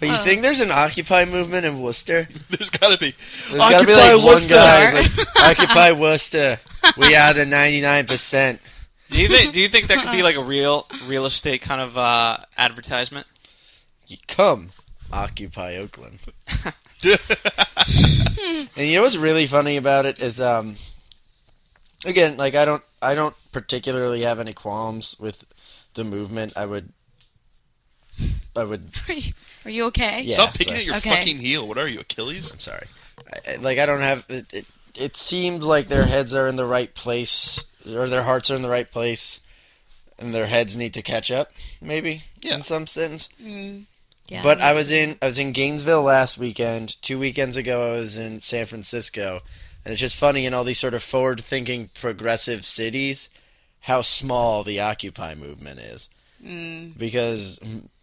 Speaker 3: But you think there's an Occupy movement in Worcester?
Speaker 4: There's got to be.
Speaker 3: There's gotta be like one guy who's like, Occupy Worcester. We are the 99%.
Speaker 2: do you think? Do you think that could be like a real real estate kind of uh, advertisement?
Speaker 3: You come, Occupy Oakland. and you know what's really funny about it is, um, again, like I don't, I don't particularly have any qualms with the movement. I would, I would,
Speaker 5: are, you, are you okay?
Speaker 3: yeah.
Speaker 4: Stop picking
Speaker 3: sorry.
Speaker 4: at your
Speaker 5: Okay.
Speaker 4: fucking heel. What are you, Achilles?
Speaker 3: I'm sorry. I, I- like I don't have it, it. It seems like their heads are in the right place, or their hearts are in the right place, and their heads need to catch up, maybe
Speaker 4: Yeah.
Speaker 3: in some sense.
Speaker 5: Yeah,
Speaker 3: But
Speaker 5: me
Speaker 3: I was
Speaker 5: too.
Speaker 3: in I was in Gainesville last weekend. Two weekends ago, I was in San Francisco, and it's just funny in all these sort of forward-thinking, progressive cities, how small the Occupy movement is.
Speaker 5: Mm.
Speaker 3: Because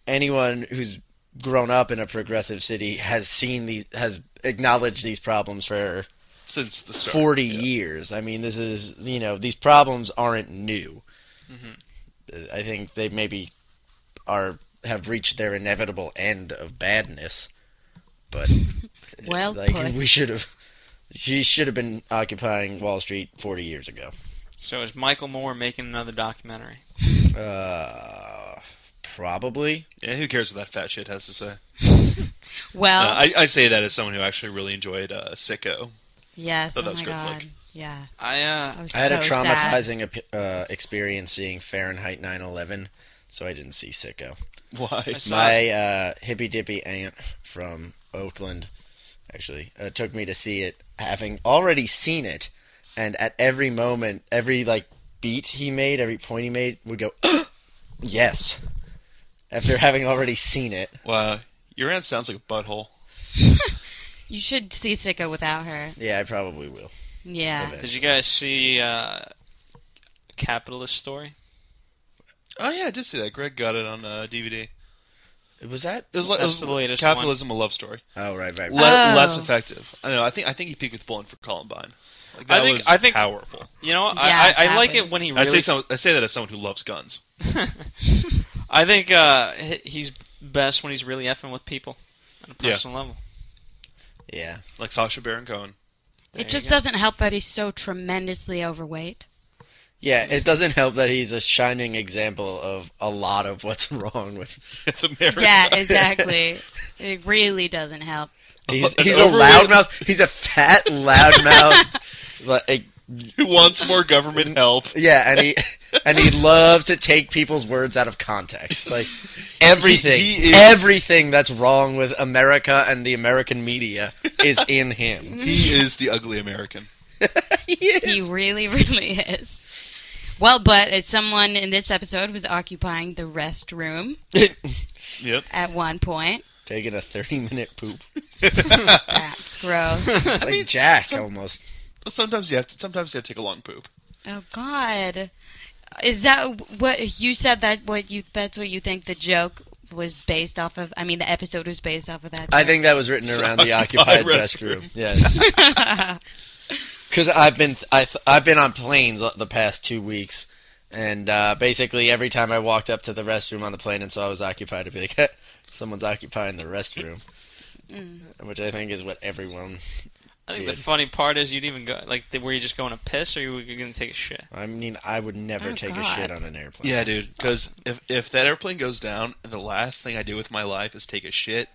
Speaker 3: anyone who's grown up in a progressive city has seen these, has acknowledged these problems for
Speaker 4: Since the start.
Speaker 3: 40 years. I mean, this is, you know, these problems aren't new. Uh, I think they maybe are have reached their inevitable end of badness. But
Speaker 5: well
Speaker 3: like
Speaker 5: put.
Speaker 3: we should have she should have been occupying Wall Street 40 years ago.
Speaker 2: So is Michael Moore making another documentary?
Speaker 3: Uh probably.
Speaker 4: Yeah, who cares what that fat shit has to say?
Speaker 5: well,
Speaker 4: Uh, I, I say that as someone who actually really enjoyed uh, Sicko.
Speaker 5: yes.
Speaker 4: thought
Speaker 5: Oh
Speaker 4: that was
Speaker 5: my
Speaker 4: good
Speaker 5: god.
Speaker 4: flick.
Speaker 5: Yeah.
Speaker 2: I uh,
Speaker 5: I, was
Speaker 3: I had
Speaker 5: so
Speaker 3: a
Speaker 5: sad.
Speaker 3: traumatizing ep- uh, experience seeing Fahrenheit 9/11, so I didn't see Sicko.
Speaker 4: Why?
Speaker 2: saw
Speaker 3: My uh, hippy dippy aunt from Oakland actually uh, took me to see it, having already seen it, and at every moment, every like beat he made, every point he made, would go, "Yes." After having already seen it,
Speaker 4: Wow. Your aunt sounds like a butthole.
Speaker 5: You should see Sicko without her.
Speaker 3: yeah, I probably will.
Speaker 5: Yeah.
Speaker 3: Okay.
Speaker 2: Did you guys see uh, Capitalist Story?
Speaker 4: Oh yeah, I did see that. Greg got it on uh, DVD.
Speaker 3: Was that?
Speaker 4: It was, like- it
Speaker 2: That's
Speaker 4: was
Speaker 2: the latest
Speaker 4: Capitalism, a love story.
Speaker 3: Oh right, right. right.
Speaker 4: Le-
Speaker 5: Oh.
Speaker 4: Less effective. I know. I think I think he peaked with Bullen for Columbine. Like, that
Speaker 2: I think-
Speaker 4: was
Speaker 2: I think-
Speaker 4: powerful.
Speaker 2: You know, what?
Speaker 5: Yeah,
Speaker 2: I, I, I
Speaker 5: that
Speaker 2: like it
Speaker 5: was-
Speaker 2: when he
Speaker 4: I say
Speaker 2: really
Speaker 4: some, I say that as someone who loves guns.
Speaker 2: I think uh, he- he's best when he's really effing with people on a
Speaker 4: Yeah.
Speaker 2: personal level.
Speaker 3: Yeah.
Speaker 4: Like Sasha Baron Cohen.
Speaker 5: It just doesn't help that he's so tremendously overweight.
Speaker 3: Yeah, it doesn't help that he's a shining example of a lot of what's wrong with.
Speaker 4: America.
Speaker 5: Yeah, exactly. it really doesn't help.
Speaker 3: He's,
Speaker 4: An
Speaker 3: he's a
Speaker 4: overweight-
Speaker 3: loudmouth. He's a fat loudmouth. like
Speaker 4: Who wants more government help?
Speaker 3: Yeah, and he and he loved to take people's words out of context. Like everything,
Speaker 4: He- he is-
Speaker 3: everything that's wrong with America and the American media is in him.
Speaker 4: He is the ugly American.
Speaker 5: He really, really is. Well, but it's someone in this episode was occupying the restroom
Speaker 4: Yep.
Speaker 5: at one point.
Speaker 3: Taking a thirty-minute poop,
Speaker 5: That's gross.
Speaker 3: it's like Jack
Speaker 4: some-
Speaker 3: almost.
Speaker 4: Sometimes you have to. Sometimes you have to take a long poop.
Speaker 5: oh God, is that what you said? That what you? That's what you think the joke was based off of. I mean, the episode was based off of that.
Speaker 3: I think that was written around the occupied
Speaker 4: restroom.
Speaker 3: restroom. Yes. Because I've been I th- I've been on planes the past two weeks, and uh, basically every time I walked up to the restroom on the plane and saw it was occupied, I'd be like, "Someone's occupying the restroom,"
Speaker 5: Mm.
Speaker 3: which I think is what everyone.
Speaker 2: I think
Speaker 3: Dude.
Speaker 2: the funny part is you'd even go like, th- were you just going to piss or you were going to take a shit?
Speaker 3: I mean, I would never
Speaker 5: Oh,
Speaker 3: take a
Speaker 5: God.
Speaker 3: shit on an airplane.
Speaker 4: Yeah, dude. Because if if that airplane goes down, the last thing I do with my life is take a shit.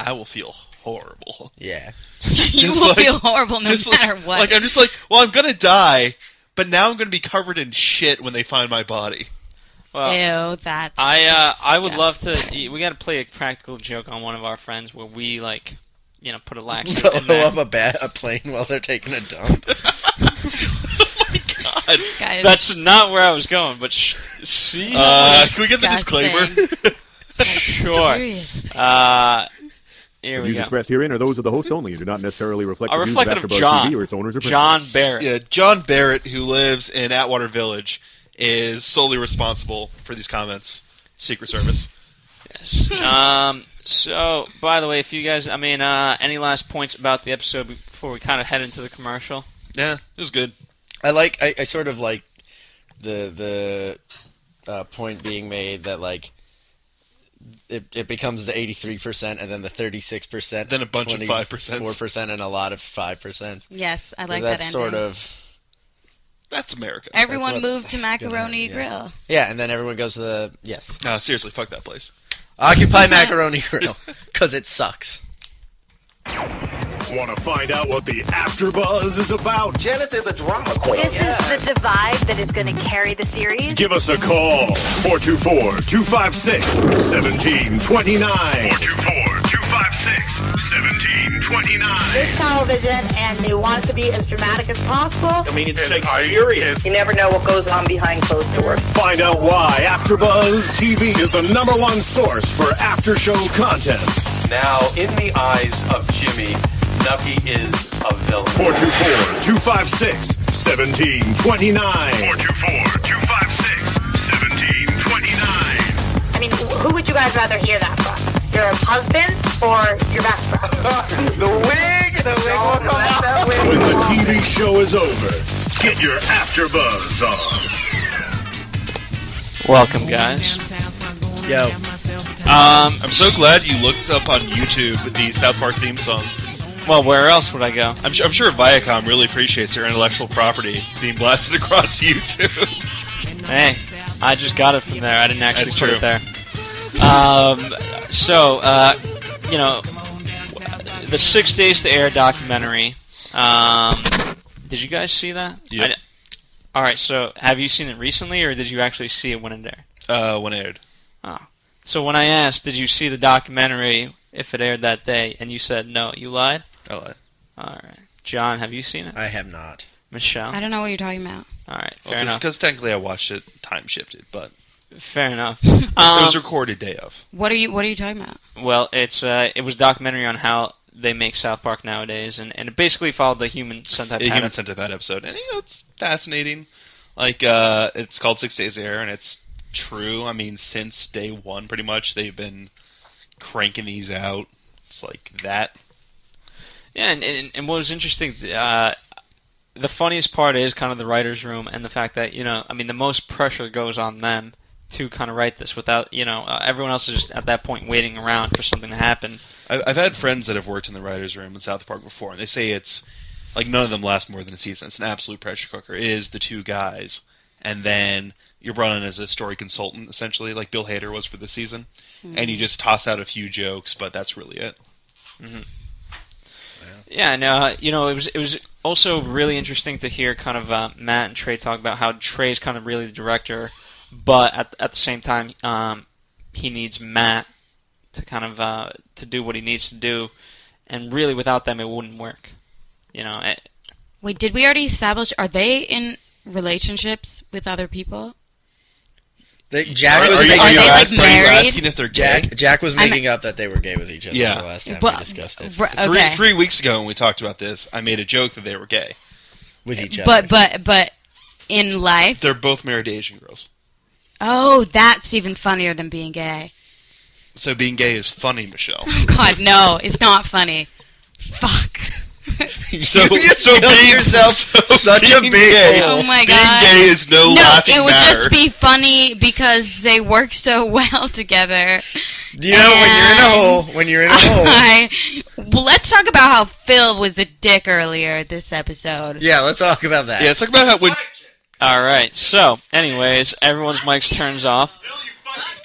Speaker 4: I will feel horrible.
Speaker 3: Yeah.
Speaker 5: you
Speaker 4: Just
Speaker 5: will
Speaker 4: like-
Speaker 5: feel horrible no
Speaker 4: Just
Speaker 5: matter
Speaker 4: like,
Speaker 5: what.
Speaker 4: like I'm just like, well, I'm gonna die, but now I'm gonna be covered in shit when they find my body.
Speaker 2: Well,
Speaker 5: Ew, that's.
Speaker 2: I uh, I would love
Speaker 5: disgusting.
Speaker 2: to. We got to play a practical joke on one of our friends where we like, you know, put a laxative in
Speaker 3: Blow
Speaker 2: there.
Speaker 3: up a bat a plane while they're taking a dump.
Speaker 4: oh my god.
Speaker 5: Guys,
Speaker 2: That's not where I was going, but sh- she.
Speaker 4: Uh, can we get the
Speaker 5: Disgusting.
Speaker 4: disclaimer?
Speaker 2: sure.
Speaker 5: serious.
Speaker 2: Uh, here we
Speaker 6: views
Speaker 2: go.
Speaker 6: expressed herein are those of the hosts only and do not necessarily reflect
Speaker 2: Are
Speaker 6: the views of
Speaker 2: reflective of
Speaker 6: AfterBuzz
Speaker 2: John.
Speaker 6: TV or its owners or
Speaker 2: John Barrett.
Speaker 4: yeah, John Barrett, who lives in Atwater Village, is solely responsible for these comments. Secret Service.
Speaker 2: um. So, by the way, if you guys, I mean, uh, any last points about the episode before we kind of head into the commercial?
Speaker 4: Yeah, it was good.
Speaker 3: I like I, I sort of like the the uh, point being made that like it, it becomes the eighty three percent and then the thirty six percent,
Speaker 4: Then a bunch of 5%.
Speaker 3: four percent, and a lot of five percent.
Speaker 5: Yes, I like
Speaker 3: that's
Speaker 5: that ending.
Speaker 3: sort of
Speaker 4: That's America.
Speaker 5: Everyone
Speaker 3: that's what's
Speaker 5: moved to Macaroni
Speaker 3: yeah.
Speaker 5: Grill.
Speaker 3: yeah, and then everyone goes to the yes
Speaker 4: No, seriously, fuck that place.
Speaker 3: occupy macaroni grill because it sucks.
Speaker 6: Want to find out what the AfterBuzz is about?
Speaker 7: Janice is a drama queen.
Speaker 8: This is the divide that is going to carry the series.
Speaker 6: Give us a call 424-256-1729. 424-256-1729.
Speaker 7: television and they want it to be as dramatic as
Speaker 6: I
Speaker 7: possible.
Speaker 6: mean, it's Shakespearean.
Speaker 9: You never know what goes on behind closed doors.
Speaker 6: Find out why AfterBuzz TV is the number one source for after-show content.
Speaker 10: Now, in the eyes of Jimmy, Nucky is a villain.
Speaker 6: 424-256-1729. 424-256-1729.
Speaker 7: I mean, wh- who would you guys rather hear that from? Your husband or your best friend?
Speaker 10: The wig! The wig will come out. That wig.
Speaker 6: When the TV show is over, get your AfterBuzz on.
Speaker 2: Welcome, guys.
Speaker 3: Yo,
Speaker 2: Um.
Speaker 4: I'm so glad you looked up on YouTube the South Park theme song.
Speaker 2: Well, where else would I go?
Speaker 4: I'm, su- I'm sure Viacom really appreciates their intellectual property being blasted across YouTube.
Speaker 2: Hey, I just got it from there. I didn't actually
Speaker 4: That's
Speaker 2: put
Speaker 4: true.
Speaker 2: it there. Um, so, uh, you know, the Six Days to Air documentary. Um, did you guys see that?
Speaker 4: Yep.
Speaker 2: I d- All right. So, have you seen it recently, or did you actually see it when it aired?
Speaker 4: uh, when it aired.
Speaker 2: Oh. So when I asked, did you see the documentary if it aired that day, and you said no, you lied.
Speaker 4: I lied.
Speaker 2: All right. John, have you seen it?
Speaker 3: I have not.
Speaker 2: Michelle.
Speaker 5: I don't know what you're talking about.
Speaker 2: All right. Fair enough.
Speaker 4: Because technically I watched it time shifted, but
Speaker 2: Fair enough.
Speaker 4: it
Speaker 2: Um,
Speaker 4: was recorded day of.
Speaker 5: What are you What are you talking about?
Speaker 2: Well, it's uh, it was a documentary on how they make South Park nowadays, and, and it basically followed the human centipede.
Speaker 4: a human centipede episode, and you know it's fascinating. Like uh, it's called Six Days Air, and it's true. I mean, since day one, pretty much they've been cranking these out. It's like that.
Speaker 2: Yeah, and, and, and what was interesting, uh, the funniest part is kind of the writers' room and the fact that you know, I mean, the most pressure goes on them to kind of write this without you know uh, everyone else is just at that point waiting around for something to happen.
Speaker 4: I, I've had friends that have worked in the writers' room in South Park before, and they say it's like none of them last more than a season. It's an absolute pressure cooker. It is the two guys, and then you're brought in as a story consultant, essentially, like Bill Hader was for this season, and you just toss out a few jokes, but that's really it.
Speaker 2: Yeah, and uh, you know, it was it was also really interesting to hear kind of uh, Matt and Trey talk about how Trey's kind of really the director, but at at the same time, um, he needs Matt to kind of uh, to do what he needs to do, and really without them, it wouldn't work. You know, eh,
Speaker 5: Wait, did we already establish? Are they in relationships with other people?
Speaker 3: They, Jack
Speaker 4: Are-
Speaker 3: was
Speaker 4: are you-
Speaker 3: making
Speaker 4: are you
Speaker 5: they,
Speaker 3: up-
Speaker 5: like,
Speaker 4: ask- are you
Speaker 5: married?
Speaker 4: asking if they're gay?
Speaker 3: Jack Jack was
Speaker 5: I'm-
Speaker 3: making up that they were gay with each other
Speaker 4: Yeah.
Speaker 3: the last time
Speaker 5: Well,
Speaker 3: we discussed it
Speaker 5: r-
Speaker 4: Three,
Speaker 5: okay.
Speaker 4: three weeks ago when we talked about this, I made a joke that they were gay.
Speaker 3: with each other.
Speaker 5: But but but in life,
Speaker 4: They're both married to Asian girls.
Speaker 5: oh, that's even funnier than being gay. Oh,
Speaker 4: So being gay is funny, Michelle.
Speaker 5: God, no, it's not funny. Fuck.
Speaker 4: So,
Speaker 3: just killed yourself such a big hole.
Speaker 5: Oh my god.
Speaker 4: Being gay is no, laughing
Speaker 5: it would
Speaker 4: matter.
Speaker 5: just be funny because they work so well together.
Speaker 3: You know, when you're in a hole, when you're in a hole.
Speaker 5: I, well, let's talk about how Phil was a dick earlier this episode.
Speaker 3: Yeah, let's talk about that.
Speaker 4: Yeah, let's talk about how when.
Speaker 2: All right. So, anyways, everyone's mics turns off.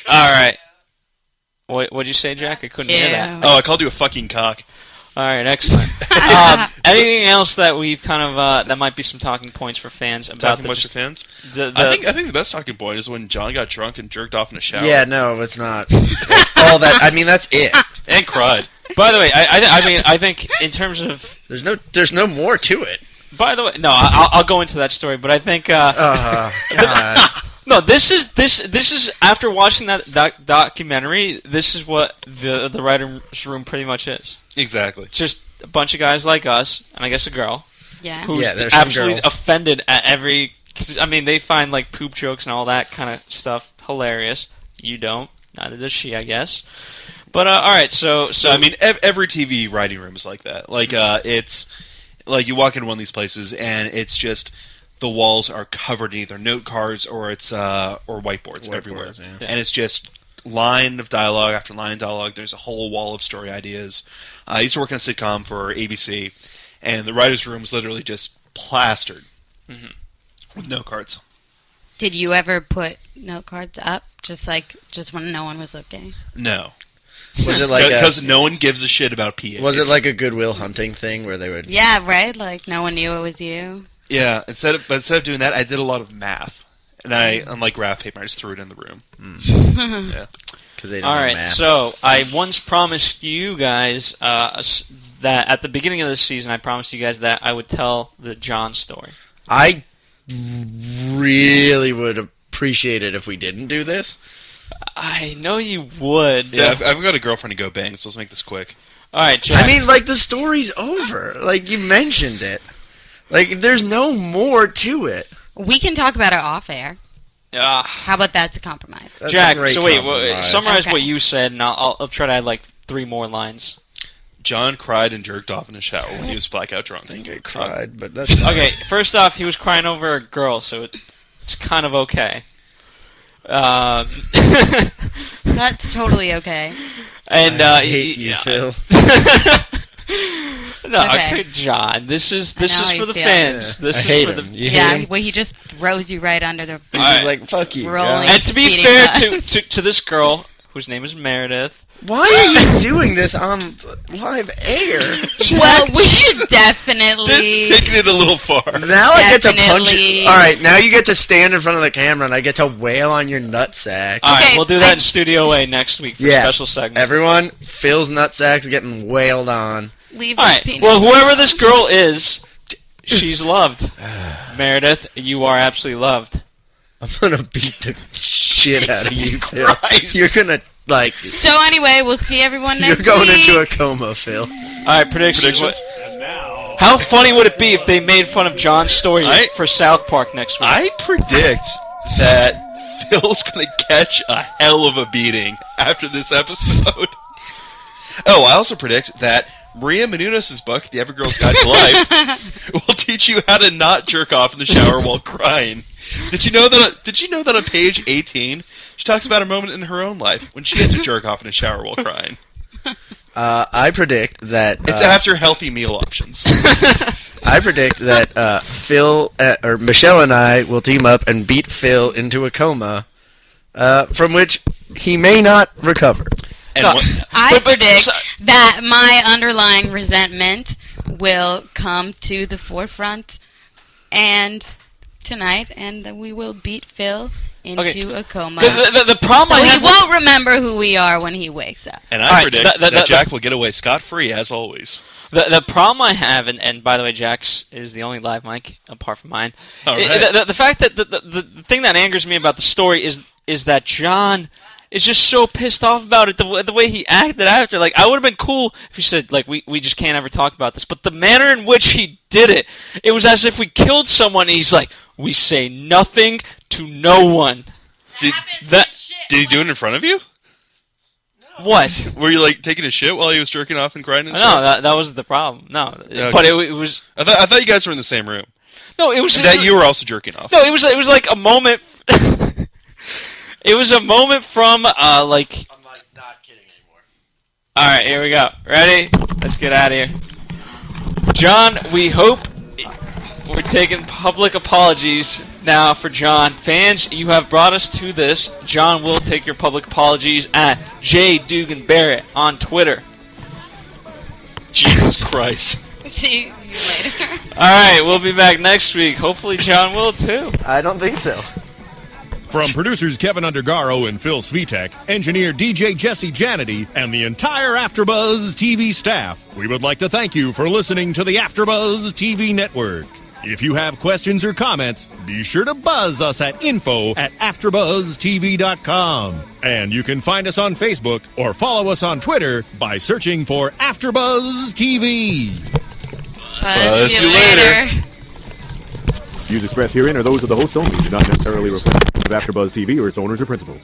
Speaker 2: All right. What what'd you say, Jack? I couldn't hear
Speaker 5: Ew.
Speaker 2: that. Oh,
Speaker 4: Oh, I called you a fucking cock.
Speaker 2: All right. Excellent. um, anything else that we've kind of uh, that might be some talking points for fans about
Speaker 4: Talking
Speaker 2: the,
Speaker 4: about
Speaker 2: just
Speaker 4: your fans.
Speaker 2: the, the
Speaker 4: I think I think the best talking point is when John got drunk and jerked off in a shower.
Speaker 3: Yeah, no, it's not. That's all that. I mean, that's it.
Speaker 4: and cried.
Speaker 2: By the way, I, I I mean I think in terms of
Speaker 3: There's no, there's no more to it.
Speaker 2: by the way no I, I'll, I'll go into that story, but I think uh,
Speaker 3: Uh, God.
Speaker 2: No, this is this this is after watching that doc- documentary. This is what the the writers' room pretty much is.
Speaker 4: Exactly.
Speaker 2: Just a bunch of guys like us, and I guess a girl
Speaker 5: Yeah.
Speaker 2: who's
Speaker 3: Yeah, there's some
Speaker 2: absolutely
Speaker 3: girl.
Speaker 2: offended at every. 'cause, I mean, they find like poop jokes and all that kind of stuff hilarious. You don't. Neither does she, I guess. But uh, all right, so so
Speaker 4: So I mean, ev- every TV writing room is like that. Like
Speaker 3: Mm-hmm.
Speaker 4: uh, it's like you walk into one of these places and it's just the walls are covered in either note cards or it's uh, or whiteboards, everywhere,
Speaker 3: yeah.
Speaker 4: and it's just line of dialogue after line of dialogue. There's a whole wall of story ideas. I used to work in a sitcom for ABC, and the writers' room was literally just plastered
Speaker 3: Mm-hmm.
Speaker 4: with note cards.
Speaker 5: Did you ever put note cards up? Just like, just when no one was looking?
Speaker 4: No,
Speaker 3: was it like
Speaker 4: because
Speaker 3: a,
Speaker 4: no one gives a shit about PA.
Speaker 3: was it like a Goodwill Hunting thing where they would?
Speaker 5: Yeah, right? Like, no one knew it was you.
Speaker 4: Yeah, instead of but instead of doing that, I did a lot of math, and I unlike graph paper, I just threw it in the room. yeah.
Speaker 3: Because they don't
Speaker 2: All
Speaker 3: know
Speaker 2: right,
Speaker 3: math.
Speaker 2: so I once promised you guys uh, s- that at the beginning of this season, I promised you guys that I would tell the John story.
Speaker 3: I really would appreciate it if we didn't do this.
Speaker 2: I know you would.
Speaker 4: Yeah, I've, I've got a girlfriend to go bang, so let's make this quick.
Speaker 2: All right, Jack.
Speaker 3: I mean, like the story's over. Like you mentioned it. Like there's no more to it.
Speaker 5: We can talk about it off air.
Speaker 2: Ah,
Speaker 5: How about that's a compromise?
Speaker 3: That's a
Speaker 2: Jack.
Speaker 3: great
Speaker 2: So wait, well,
Speaker 3: compromise.
Speaker 2: summarize
Speaker 5: Okay.
Speaker 2: what you said, and I'll- I'll, I'll try to add like three more lines.
Speaker 4: John cried and jerked off in a shower when he was blackout drunk. Uh,
Speaker 3: I think I cried, but that's not-
Speaker 2: Okay, first off, he was crying over a girl, so it, it's kind of okay. Um,
Speaker 5: That's totally okay.
Speaker 2: and uh,
Speaker 3: I hate
Speaker 2: he-
Speaker 3: you,
Speaker 2: yeah.
Speaker 3: Phil.
Speaker 2: No,
Speaker 5: Okay.
Speaker 2: okay, John. This is
Speaker 5: I
Speaker 2: this
Speaker 5: know
Speaker 2: is for
Speaker 5: how you
Speaker 2: the
Speaker 5: feel.
Speaker 2: fans. This
Speaker 3: I
Speaker 2: is
Speaker 3: hate
Speaker 2: for
Speaker 3: him.
Speaker 2: the
Speaker 3: You hate
Speaker 5: yeah,
Speaker 3: him?
Speaker 5: well, he just throws you right under the
Speaker 3: He's
Speaker 2: Alright.
Speaker 3: like, "Fuck you."
Speaker 5: Rolling.
Speaker 3: guys."
Speaker 2: And to be
Speaker 5: Speeding
Speaker 2: fair to,
Speaker 5: bus.
Speaker 2: to to this girl whose name is Meredith,
Speaker 3: Why are you doing this on live air?
Speaker 5: Well, we should definitely.
Speaker 4: This is taking it a little far.
Speaker 3: Now I get to punch
Speaker 5: Definitely.
Speaker 3: you. All right, now you get to stand in front of the camera and I get to wail on your nutsack.
Speaker 2: all right,
Speaker 5: Okay,
Speaker 2: we'll do that
Speaker 5: I-
Speaker 2: in Studio A next week for
Speaker 3: Yeah.
Speaker 2: a special segment.
Speaker 3: Everyone, Phil's nutsack's getting wailed on.
Speaker 5: leave
Speaker 2: all
Speaker 5: his
Speaker 2: right.
Speaker 5: penis
Speaker 2: Well, whoever this girl is, she's loved. Meredith, you are absolutely loved.
Speaker 3: I'm gonna beat the shit out of you, Phil. You're gonna like
Speaker 5: So anyway, we'll see everyone
Speaker 3: you're
Speaker 5: next
Speaker 3: going
Speaker 5: week.
Speaker 3: into a coma, Phil.
Speaker 2: All right, predictions. What-
Speaker 6: And now,
Speaker 2: How funny would it be if they made fun of John's story
Speaker 4: I-
Speaker 2: for South Park next week?
Speaker 4: I predict that Phil's gonna catch a hell of a beating after this episode. Oh, I also predict that Maria Menounos' book, The Every Girl's Guide to Life, will teach you how to not jerk off in the shower while crying. Did you know that? Did you know that on page eighteen, she talks about a moment in her own life when she had to jerk off in a shower while crying.
Speaker 3: Uh, I predict that
Speaker 4: It's
Speaker 3: uh,
Speaker 4: after healthy meal options.
Speaker 3: I predict that uh, Phil uh, or Michelle and I will team up and beat Phil into a coma, uh, from which he may not recover.
Speaker 4: And
Speaker 2: No.
Speaker 4: one-
Speaker 5: I
Speaker 2: But- but-
Speaker 5: predict
Speaker 2: so-
Speaker 5: that my underlying resentment will come to the forefront, and tonight, and that we will beat Phil into
Speaker 2: Okay.
Speaker 5: a coma.
Speaker 2: the, the, the problem
Speaker 5: so
Speaker 2: I
Speaker 5: he
Speaker 2: have with-
Speaker 5: won't remember who we are when he wakes up.
Speaker 4: and
Speaker 2: All
Speaker 4: I
Speaker 2: right,
Speaker 4: predict
Speaker 2: that- that-
Speaker 4: that
Speaker 2: that-
Speaker 4: Jack will get away scot free as always.
Speaker 2: The, the problem I have, and, and by the way, Jack's is the only live mic apart from mine.
Speaker 4: All
Speaker 2: I-
Speaker 4: right.
Speaker 2: the, the, the fact that the, the, the- the thing that angers me about the story is is that John is just so pissed off about it the, w- the way he acted after. Like I would have been cool if he said like we, we just can't ever talk about this, but the manner in which he did it, it was as if we killed someone. And he's like, we say nothing to no one.
Speaker 4: Did,
Speaker 2: That
Speaker 4: did he do it in front of you?
Speaker 2: What?
Speaker 4: Were you like taking a shit while he was jerking off and crying? And
Speaker 2: No,
Speaker 4: shit?
Speaker 2: that, that was the problem. No,
Speaker 4: Okay.
Speaker 2: but it, wa- it was
Speaker 4: I thought, I thought you guys were in the same room.
Speaker 2: no, it was
Speaker 4: And that you were also jerking off.
Speaker 2: No, it was it was like a moment. it was a moment from uh like. I'm like not kidding anymore. All right, here we go. Ready? Let's get out of here. John, we hope we're taking public apologies now for John. Fans, you have brought us to this. John will take your public apologies at J Dugan Barrett on Twitter. Jesus Christ.
Speaker 11: See you later.
Speaker 2: All right, we'll be back next week. Hopefully, John will too.
Speaker 3: I don't think so.
Speaker 6: From producers Kevin Undergaro and Phil Svitek, engineer DJ Jesse Janity, and the entire AfterBuzz TV staff, we would like to thank you for listening to the AfterBuzz TV network. If you have questions or comments, be sure to buzz us at info at AfterBuzzTV.com. And you can find us on Facebook or follow us on Twitter by searching for AfterBuzz TV.
Speaker 11: Buzz you later.
Speaker 12: Views expressed herein are those of the host only, do not necessarily reflect those of AfterBuzz TV or its owners or principals.